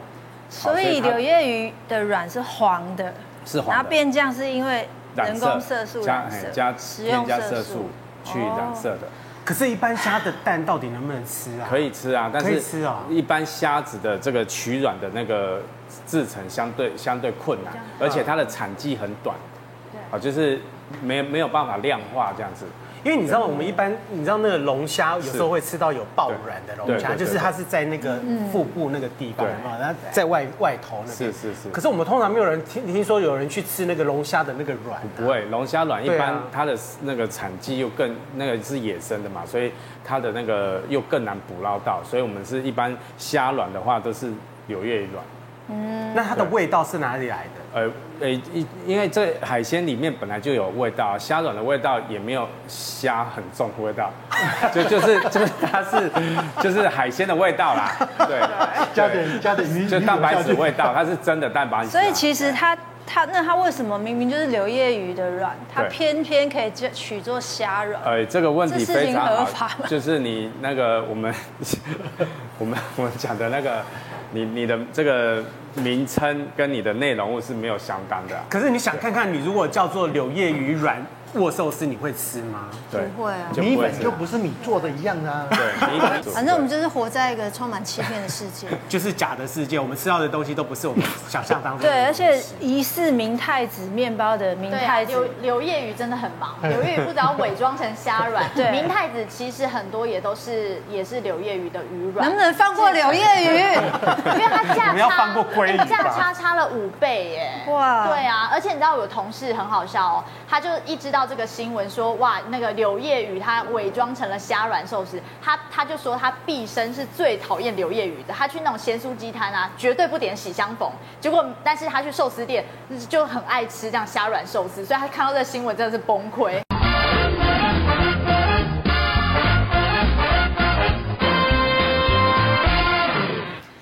好
所以
它
柳叶鱼的卵是黄的，
是黄
然
的
后变酱是因为
染
人工色素
加
染色
嘿加
食用
添加色素
素。哦
去染色的。
可是，一般虾的蛋到底能不能吃啊？
可以吃啊，但
可以
是
吃哦
一般虾子的这个取卵的那个制成相对相对困难，而且它的产季很短，啊，就是没没有办法量化这样子。
因为你知道我们一般，你知道那个龙虾有时候会吃到有爆卵的龙虾，
对对对
就是它是在那个
嗯
腹部那个地方
对
嘛，然后在外外头那
是
边。
是是
可是我们通常没有人听听说有人去吃那个龙虾的那个卵啊。
不会，龙虾卵一
对啊
般它的那个产季又更那个是野生的嘛，所以它的那个又更难捕捞到，所以我们是一般虾卵的话都是柳叶卵。嗯
那它的味道是哪里来的？
呃，呃，因因为这海鲜里面本来就有味道，虾卵的味道也没有虾很重的味道， 就就是 就是它是就是海鲜的味道啦，对，
加点加点鱼，
就
鱼
蛋白
下
质
去
味道，它是真的蛋白质啊。
所以其实它它那它为什么明明就是柳叶鱼的卵，它
对
偏偏可以就取做虾卵？
呃，这个问题非常
这事情合法
好
吗，
就是你那个我们 我们我们讲的那个，你你的这个名称跟你的内容物是没有相当的啊、
可是你想看看，你如果叫做柳叶鱼卵握寿司，你会吃吗？
对，
不会啊
你就
米
不会
粉
吃
就不是米做的一样啊。
对，你反
反正我们就是活在一个充满欺骗的世界。
就是假的世界，我们吃到的东西都不是我们想象当中 的。
对，而且疑似明太子面包的明
对啊，
太
刘
子，
刘业宇真的很 忙，刘业宇不知道伪装成虾软，
对
明太子其实很多也都是也是刘业宇的鱼
能
软
不。能放过柳叶鱼？
因为它价
我
差，
们要放过鲑鱼吧
哎价差差了五倍耶！
哇
哇，对啊，而且你知道有同事很好笑哦，他就一知道这个新闻说哇，那个柳叶鱼他伪装成了虾软寿司，他他就说他毕生是最讨厌柳叶鱼的，他去那种咸酥鸡摊啊，绝对不点喜相逢，结果但是他去寿司店就很爱吃这样虾软寿司，所以他看到这个新闻真的是崩溃。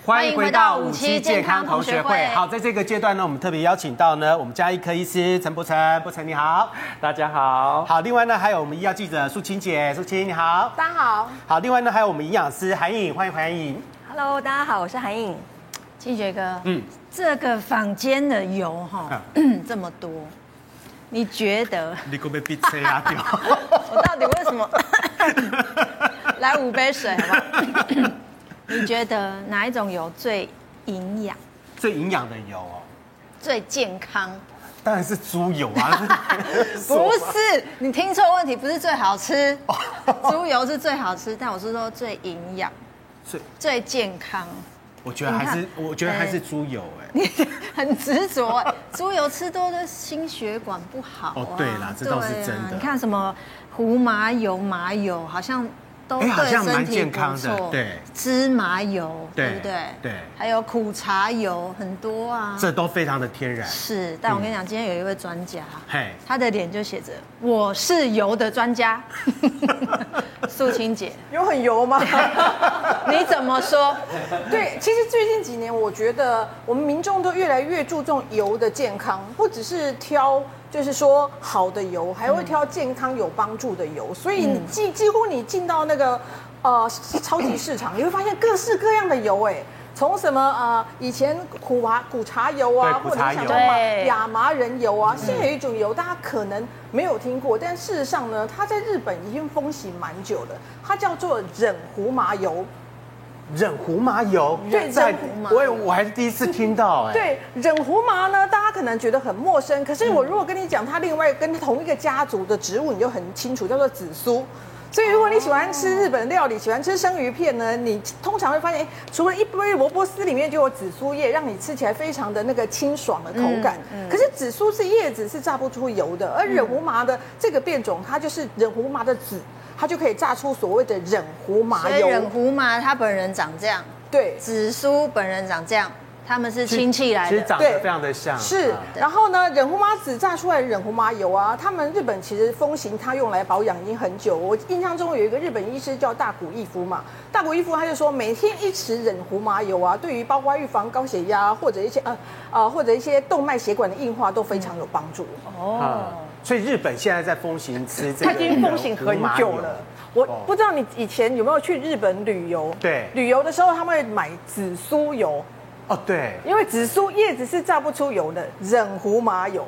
欢
欢
迎回到
迎回到
五
五
期
期
健
健
康
康
同
同
学
学
会
会。
好，在这个阶段呢，我们特别邀请到呢我们家医科医师陈柏成，柏成你好。
大家好，
好，另外呢还有我们医药记者苏青姐，苏青你好。
大家好，
好，另外呢还有我们营养师韩颖，欢迎韩颖。
Hello，大家好，我是韩颖。
金学哥，嗯，这个坊间的油
嗯
哈 这么多，你觉得
你可被逼车啊 掉。
我到底为什么？ 来五杯水好不好？ 你觉得哪一种油最营养、
最营养的油哦，
最健康？
当然是猪油 啊。
不 是，你听错问题，不是最好吃，猪油是最好吃，但我是说最营养、
最，
最健康。
我觉得还是，我觉得还是猪油哎。
你 很执着，猪油吃多对心血管不好、啊。
哦对啦这倒是真的
对啊你看什么胡麻油、麻油，好像都
哎好
对
像蛮
身体
健
不
康的
错
对
芝麻油，
对
对不对？
对
还有苦茶油很多啊。
这嗯都非常的天然。
是，但我跟你讲，今天有一位专家，
嘿
他的脸就写着“我是油的专 家” 。素清姐，
有很油 吗？
你怎么说？
对，其实最近几年，我觉得我们民众都越来越注重油的健康，不只是挑就是说好的油，还会挑健康有帮助的
嗯
油。所以你几几乎你进到那个呃超级市场，你会发现各式各样的油，哎。从什么呃，以前苦麻苦茶油啊，
对
或
苦
者
茶
是想
油
说马
对
亚麻仁油啊，现在有一种油大家可能没有听过，但事实上呢，它在日本已经风行蛮久了，它叫做忍胡麻油。
忍胡麻油，
对
在
忍胡麻油
我也我还是第一次听到
哦
哎。
对，忍胡麻呢，大家可能觉得很陌生，可是我如果跟你讲它另外跟同一个家族的植物，你就很清楚，叫做紫苏。所以，如果你喜欢吃日本料理，喜欢吃生鱼片呢，你通常会发现，诶除了一堆萝卜丝里面就有紫苏叶，让你吃起来非常的那个清爽的口感。
嗯
可是紫苏是叶子，是榨不出油的，而忍胡麻的这个变种，它就是忍胡麻的籽，它就可以榨出所谓的忍胡麻
所以
油。
忍胡麻他本人长这样，
对，
紫苏本人长这样，他们是亲戚来
其实
的。
长得
对
非常的像。
是
啊，
然后呢，忍胡麻籽榨出来的忍胡麻油啊，他们日本其实风行它用来保养已经很久。我印象中有一个日本医师叫大谷义夫嘛，大谷义夫他就说，每天一匙忍胡麻油啊，对于包括预防高血压或者一些呃 呃或者一些动脉血管的硬化都非
嗯
常有帮助。哦
啊，所以日本现在在风行吃这个，
它已经风行很久了。。我不知道你以前有没有去日本旅游？
对
旅游的时候他们会买紫苏油，
哦，对，
因为紫苏叶子是榨不出油的，忍胡麻油。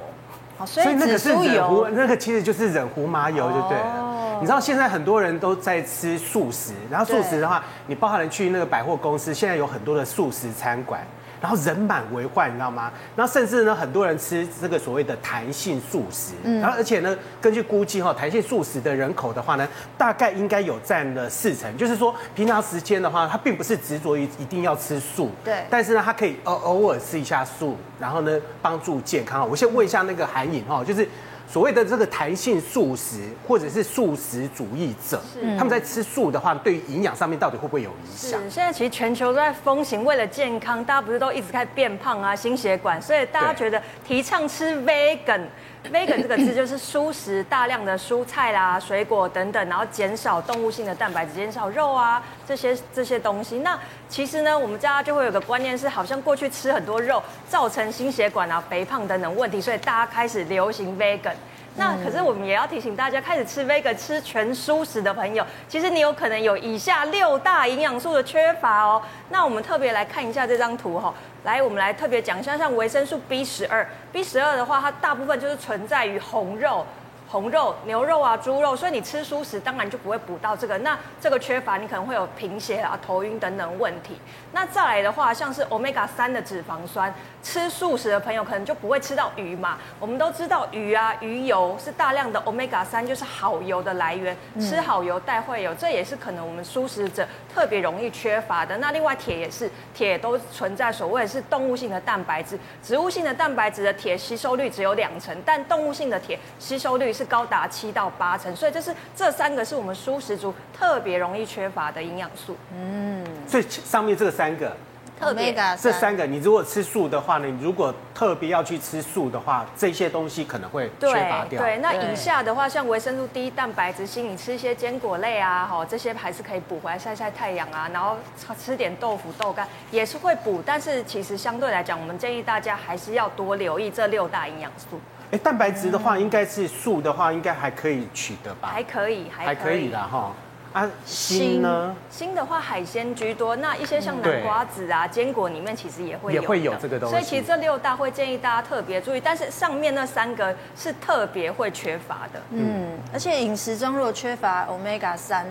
哦所
所以
以
那
紫
个
苏
是忍胡
油，，哦
那个其实就是忍胡麻油，就对了。你知道现在很多人都在吃素食，然后素食的话，你包含了去那个百货公司，现在有很多的素食餐馆，然后人满为患，你知道吗？然后甚至呢，很多人吃这个所谓的弹性素食，
嗯
然后而且呢，根据估计哈、弹性素食的人口的话呢，大概应该有占了四成，就是说平常时间的话，他并不是执着于一定要吃素，
对
但是呢，他可以偶偶尔吃一下素，然后呢，帮助健康。我先问一下那个韩颖哈，就是所谓的这个弹性素食或者是素食主义者，他们在吃素的话，对于营养上面到底会不会有影
是
响？，
现在其实全球都在风行，为了健康，大家不是都一直在变胖啊、心血管，所以大家
对
觉得提倡吃 vegan。vegan 这个字就是蔬食，大量的蔬菜啦、水果等等，然后减少动物性的蛋白质，减少肉啊这些这些东西。那其实呢，我们大家就会有个观念是，好像过去吃很多肉，造成心血管啊、肥胖等等问题，所以大家开始流行 vegan。那可是我们也要提醒大家，开始吃 vegan 吃全蔬食的朋友，其实你有可能有以下六大营养素的缺乏哦。那我们特别来看一下这张图哈、来，我们来特别讲一下，像维生素 B 十二，B 十二的话，它大部分就是存在于红肉。红肉、牛肉啊、猪肉，所以你吃素食，当然就不会补到这个。那这个缺乏，你可能会有贫血啊、头晕等等问题。那再来的话，像是 omega 三的脂肪酸，吃素食的朋友可能就不会吃到鱼嘛。我们都知道鱼啊、鱼油是大量的 omega 三，就是好油的来源，吃好油带坏油，这也是可能我们素食者特别容易缺乏的。那另外铁也是，铁都存在所谓是动物性的蛋白质，植物性的蛋白质的铁吸收率只有两成，但动物性的铁吸收率是高达七到八成，所以这是这三个是我们素食族特别容易缺乏的营养素。嗯
所以上面这个三个，
特别
Omega
这嗯三个，你如果吃素的话呢，你如果特别要去吃素的话，这些东西可能会缺
对
乏掉。
对，那
对
以下的话，像维生素 D、蛋白质锌，你吃一些坚果类啊，哈，这些还是可以补回来，晒晒太阳啊，然后吃吃点豆腐、豆干也是会补，但是其实相对来讲，我们建议大家还是要多留意这六大营养素，
哎，蛋白质的话，应该是素的话，应该还可以取得吧？
还可以，
还可以啦哈。啊，锌
锌
呢
新的话，海鲜居多，那一些像南瓜子啊、坚果里面其实也会有的
也会有这个东西
所以其实这六大会建议大家特别注意，但是上面那三个是特别会缺乏的。
嗯，而且饮食中如果缺乏 omega 三，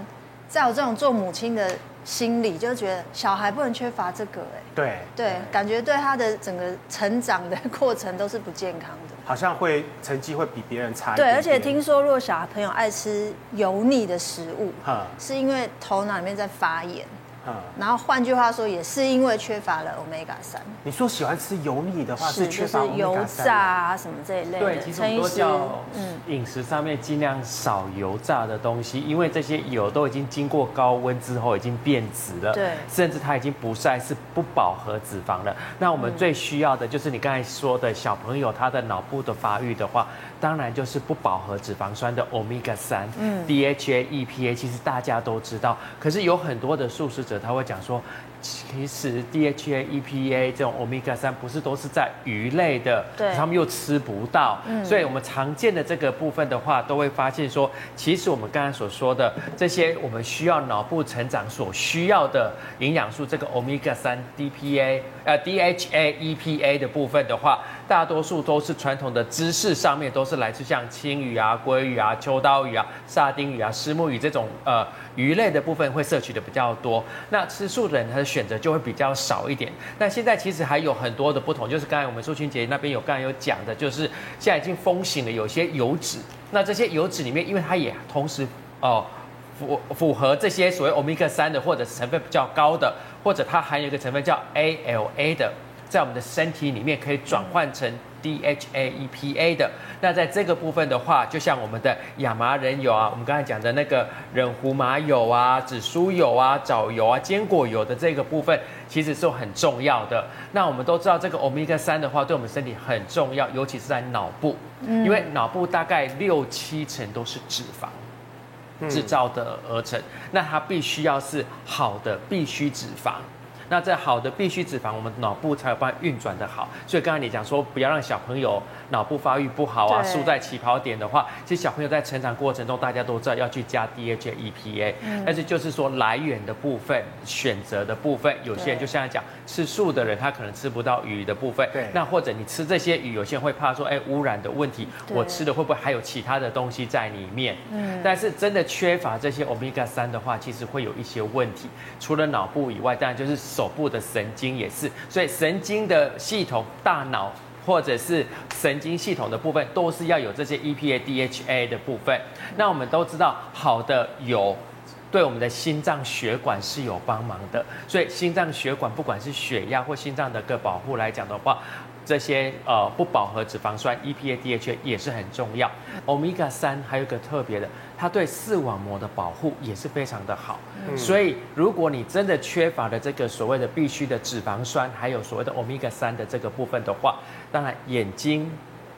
在我这种做母亲的心里，就觉得小孩不能缺乏这个，哎，
对，
对，感觉对他的整个成长的过程都是不健康的。
好像会成绩会比别人差一
对，
点
而且
点
听说如果小孩朋友爱吃油腻的食物
哈，
是因为头脑里面在发炎，
嗯
然后换句话说，也是因为缺乏了 omega 三，
你说喜欢吃油腻的话，
是
缺
就是
乏
油
omega
炸
三。
啊什么这一类的。
对，其实我
陈
们
医
都
师
叫，
嗯，
饮食上面尽量少油炸的东西，因为这些油都已经经过高温之后已经变质了，
对
甚至它已经不再是不饱和脂肪了。那我们最需要的就是你刚才说的小朋友他的脑部的发育的话，当然就是不饱和脂肪酸的 omega 三、DHA、EPA，其 E 实大家都知道，可是有很多的素食者他会讲说。其实 DHA、EPA E 这种 omega 三不是都是在鱼类的，
对
他们又吃不到，所以我们常见的这个部分的话，都会发现说，其实我们刚才所说的这些我们需要脑部成长所需要的营养素，这个 omega 三 DPA 呃 DHA、EPA 的部分的话，大多数都是传统的知识上面都是来自像青鱼啊、鲑鱼啊、秋刀鱼啊、沙丁鱼啊、石目鱼这种呃鱼类的部分会摄取的比较多。那吃素的人他的选择就会比较少一点。那现在其实还有很多的不同，就是刚才我们苏群姐那边有刚才有讲的，就是现在已经风行了有些油脂，那这些油脂里面，因为它也同时哦。符符合这些所谓 omega 三的，或者是成分比较高的，或者它含有一个成分叫 ALA 的，在我们的身体里面可以转换成 DHA、EPA E 的。那在这个部分的话，就像我们的亚麻仁油啊，我们刚才讲的那个忍胡麻油啊、紫苏油啊、藻油啊、坚果油的这个部分，其实是很重要的。那我们都知道，这个 omega 三的话，对我们身体很重要，尤其是在脑部，因为脑部大概六七成都是脂肪。
嗯
制造的而成，那它必须要是好的必需脂肪。那这好的必需脂肪，我们脑部才有办法运转的好。所以刚才你讲说，不要让小朋友脑部发育不好啊，
对
输在起跑点的话，其实小朋友在成长过程中，大家都知道要去加 DHA、EPA，、但 E
嗯
是就是说来源的部分、选择的部分，有些人就像讲吃素的人，他可能吃不到鱼的部分，
对
那或者你吃这些鱼，有些人会怕说，哎，污染的问题，
对
我吃的会不会还有其他的东西在里面？嗯，但是真的缺乏这些 omega 三的话，其实会有一些问题，除了脑部以外，当然就是手部的神经也是，所以神经的系统，大脑。或者是神经系统的部分，都是要有这些 E EPA、DHA 的部分。那我们都知道，好的油对我们的心脏血管是有帮忙的，所以心脏血管不管是血压或心脏的个保护来讲的话，这些呃不饱和脂肪酸 E EPA、DHA 也是很重要。omega 三还有一个特别的，它对视网膜的保护也是非常的好。
嗯
所以如果你真的缺乏了这个所谓的必需的脂肪酸，还有所谓的 omega 三的这个部分的话，当然眼睛、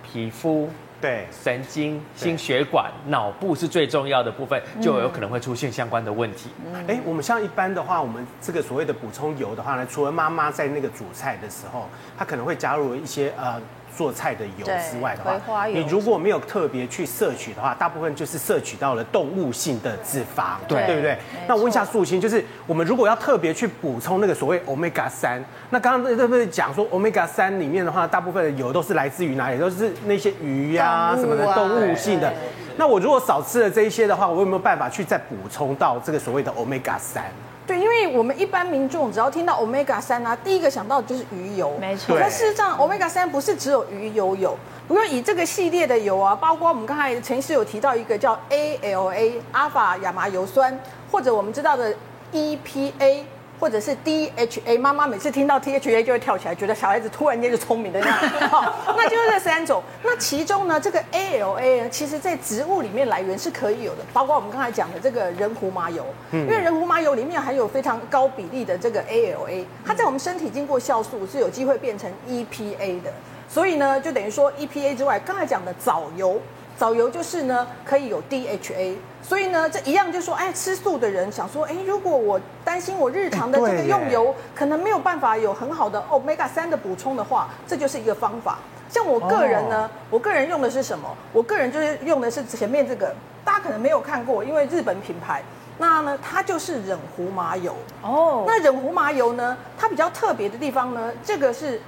皮肤
对，
神经、心血管、脑部是最重要的部分，就有可能会出现相关的问题。
嗯
哎，我们像一般的话，我们这个所谓的补充油的话呢，除了妈妈在那个煮菜的时候，她可能会加入一些呃做菜的油
对
之外的话
葵花，油
你如果没有特别去摄取的话，大部分就是摄取到了动物性的脂肪，
对
对不对
没？
那我问一下素心，就是我们如果要特别去补充那个所谓 omega 三，那刚刚对不对讲说 omega 三里面的话，大部分的油都是来自于哪里？都是那些鱼呀、
动物啊
什么的动物性的
对。
那我如果少吃了这一些的话，我有没有办法去再补充到这个所谓的 omega 三？
对，因为我们一般民众只要听到 omega 三啊，第一个想到的就是鱼油，
没错
但事实上，omega 三不是只有鱼油有，不过以这个系列的油啊，包括我们刚才陈医师有提到一个叫 ALA 阿法亚麻油酸，或者我们知道的 EPA。或者是 DHA，妈妈每次听到 DHA 就会跳起来，觉得小孩子突然间就聪明的那 样。好，那就是这三种。那其中呢，这个 ALA 呢，其实在植物里面来源是可以有的，包括我们刚才讲的这个人胡麻油，因为人胡麻油里面含有非常高比例的这个 ALA，它在我们身体经过酵素是有机会变成 EPA 的。所以呢，就等于说 EPA 之外，刚才讲的藻油，藻油就是呢可以有 DHA，所以呢这一样就说，哎，吃素的人想说，哎，如果我担心我日常的这
哎
个
对耶
用油可能没有办法有很好的 omega 三的补充的话，这就是一个方法。像我个人
哦
呢，啊我个人用的是什么？我个人就是用的是前面这个，大家可能没有看过，因为日本品牌。那呢，它就是忍胡麻油。
哦，
那忍胡麻油呢，它比较特别的地方呢，这个是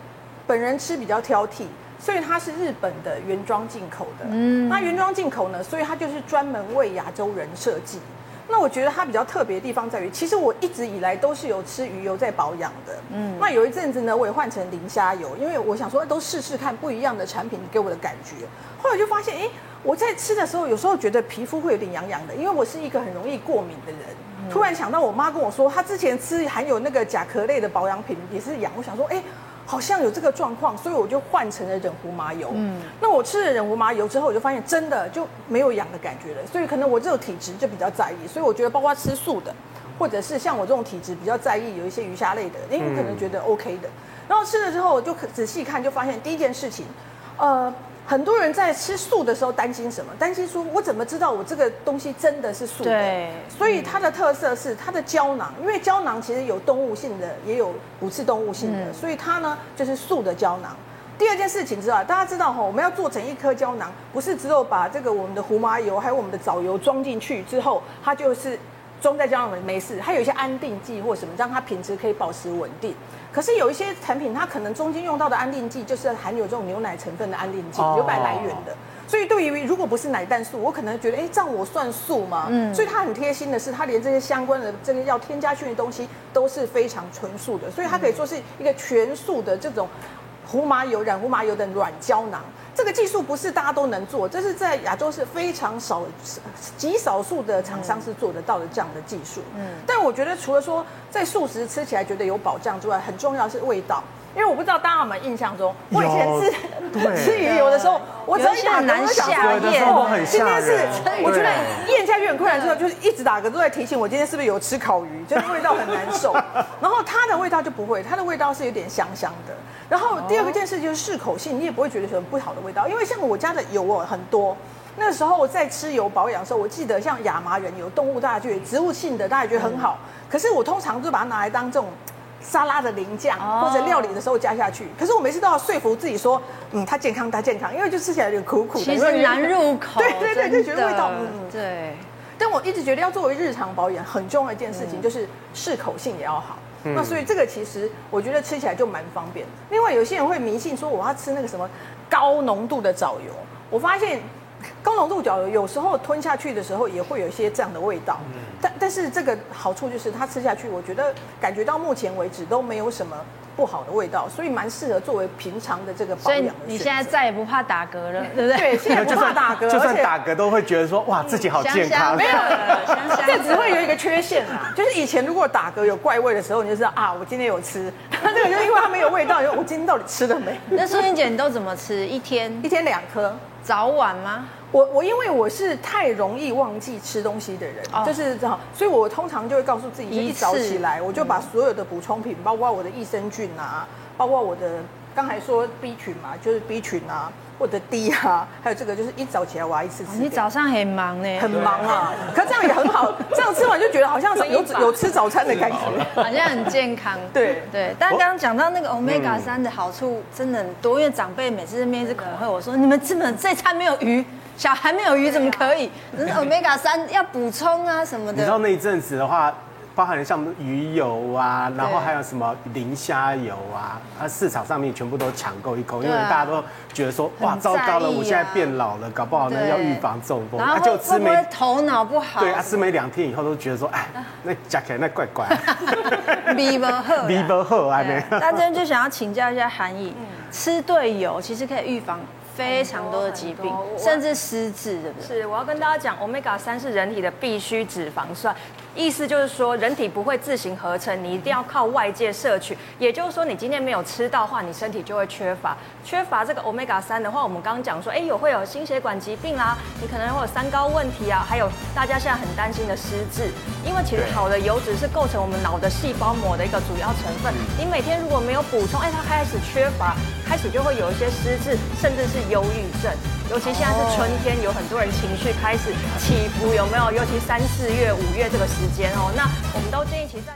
本人吃比较挑剔，所以它是日本的原装进口的。嗯，那原装进口呢，所以它就是专门为亚洲人设计。那我觉得它比较特别的地方在于，其实我一直以来都是有吃鱼油在保养的。嗯，那有一阵子呢，我也换成磷虾油，因为我想说都试试看不一样的产品给我的感觉。后来就发现，哎，我在吃的时候，有时候觉得皮肤会有点痒痒的，因为我是一个很容易过敏的人。突然想到我妈跟我说，她之前吃含有那个甲壳类的保养品也是痒，我想说，哎、好像有这个状况，所以我就换成了忍胡麻油。嗯，那我吃了忍胡麻油之后，我就发现真的就没有痒的感觉了，所以可能我这种体质就比较在意，所以我觉得包括吃素的，或者是像我这种体质比较在意有一些鱼虾类的，因为我可能觉得 OK 的。然后吃了之后，我就仔细看，就发现第一件事情，呃，很多人在吃素的时候担心什么？担心说我怎么知道我这个东西真的是素的？
对
所以它的特色是它的胶囊，因为胶囊其实有动物性的，也有不是动物性的，所以它呢就是素的胶囊。第二件事情知道，大家知道哈，我们要做成一颗胶囊，不是只有把这个我们的胡麻油还有我们的藻油装进去之后，它就是装在胶囊里没事，它有一些安定剂或什么，让它品质可以保持稳定。可是有一些产品，它可能中间用到的安定剂就是含有这种牛奶成分的安定剂，
哦
牛奶来源的。所以对于如果不是奶蛋素，我可能觉得，哎、这样我算素吗？嗯，所以它很贴心的是，它连这些相关的这个要添加去的东西都是非常纯素的，所以它可以说是一个全素的这种胡麻油染胡麻油的软胶囊。这个技术不是大家都能做，这是在亚洲是非常少、极少数的厂商是做得到的这样的技术。嗯，但我觉得除了说在素食吃起来觉得有保障之外，很重要是味道。因为我不知道大家有没有印象中，我以前
对
吃吃鱼油的时候，我只要一打
有一
嗝，
些很难
我就想
下
说哦
有的时候很
今
吓
天是
人，
我觉得
对
咽下去很困难之后，就是一直打嗝都在提醒我今天是不是有吃烤鱼，就是味道很难 受。然后它的味道就不会，它的味道是有点香香的。然后第二个件事就是适口性，你也不会觉得有什么不好的味道，因为像我家的油哦很多。那时候我在吃油保养的时候，我记得像亚麻仁油、动物大家觉得植物性的大家觉得很好，可是我通常就把它拿来当这种沙拉的淋酱或者料理的时候加下去。可是我每次都要说服自己说，嗯，它健康，它健康，因为就吃起来有点苦苦的，
其
有没
实
有
难入口，
对对对就觉
真
得
的
味道嗯
对，
但我一直觉得要作为日常保养很重要一件事
嗯
情，就是适口性也要好。那所以这个其实我觉得吃起来就蛮方便。另外有些人会迷信说我要吃那个什么高浓度的藻油，我发现高浓度藻油有时候吞下去的时候也会有一些这样的味道，但但是这个好处就是它吃下去，我觉得感觉到目前为止都没有什么不好的味道，所以蛮适合作为平常的这个保
所
养
以
的选择。
你现在再也不怕打嗝了，对不对？
对现在不怕打嗝，
就
而
算
且
打嗝都会觉得说哇自己好健康，
没有，嗯香香的
这只会有一个缺陷 啦，就是以前如果打嗝有怪味的时候，你就知道啊，我今天有吃。 那这个就因为它没有味道，你就我今天到底吃了没？
那淑英姐你都怎么吃？一天
一天两颗。
早晚吗？
我我因为我是太容易忘记吃东西的人，就是这样，所以我通常就会告诉自己，就
哦一
一早
次
起来我就把所有的补充品，包括我的益生菌啊，包括我的刚才说 B 群嘛，就是 B 群啊，或者 D 啊，还有这个就是一早起来我要一次吃
哦你
掉。
早上很忙呢，
很忙啊，可这样也很 好，这样吃完就觉得好像是有有吃早餐的感觉。
好像很健康。
对
对，但刚刚讲到那
嗯
个 omega 三的好处真的很多，因为长辈每次面试口会我说，你们怎么这餐没有鱼？小孩没有鱼怎么可以？真的 omega 三要补充啊什么
你知道
的。
那一阵子的话，包含像鱼油啊，然后还有什么磷虾油啊，它市场上面全部都抢购一空，因为
对啊
大家都觉得说哇
很在
糟
意
糕了，我现在
啊
变老了，搞不好呢
对
要预防中风，
然后
啊
会
就
会
吃
不
没
会头脑不好？
对啊，吃没两天以后都觉得说哎，那加起来那怪怪，
鼻不好。
离不后啊
对
呢。
那这边就想要请教一下韩毅，
嗯
吃对油其实可以预防非常多的疾
很
病
多很，多
甚至失智，对不对？
是，我要跟大家讲，omega 三是人体的必需脂肪酸，意思就是说人体不会自行合成，你一定要靠外界摄取。也就是说，你今天没有吃到的话，你身体就会缺乏。缺乏这个 omega 三的话，我们刚刚讲说，哎，有会有心血管疾病啦、啊你可能会有三高问题啊，还有大家现在很担心的失智，因为其实
对
好的油脂是构成我们脑的细胞膜的一个主要成分。你每天如果没有补充，哎，它开始缺乏，开始就会有一些失智，甚至是忧郁症。尤其现在是春天，有很多人情绪开始起伏，有没有？尤其三四月、五月这个时间哦，那我们都建议其实在。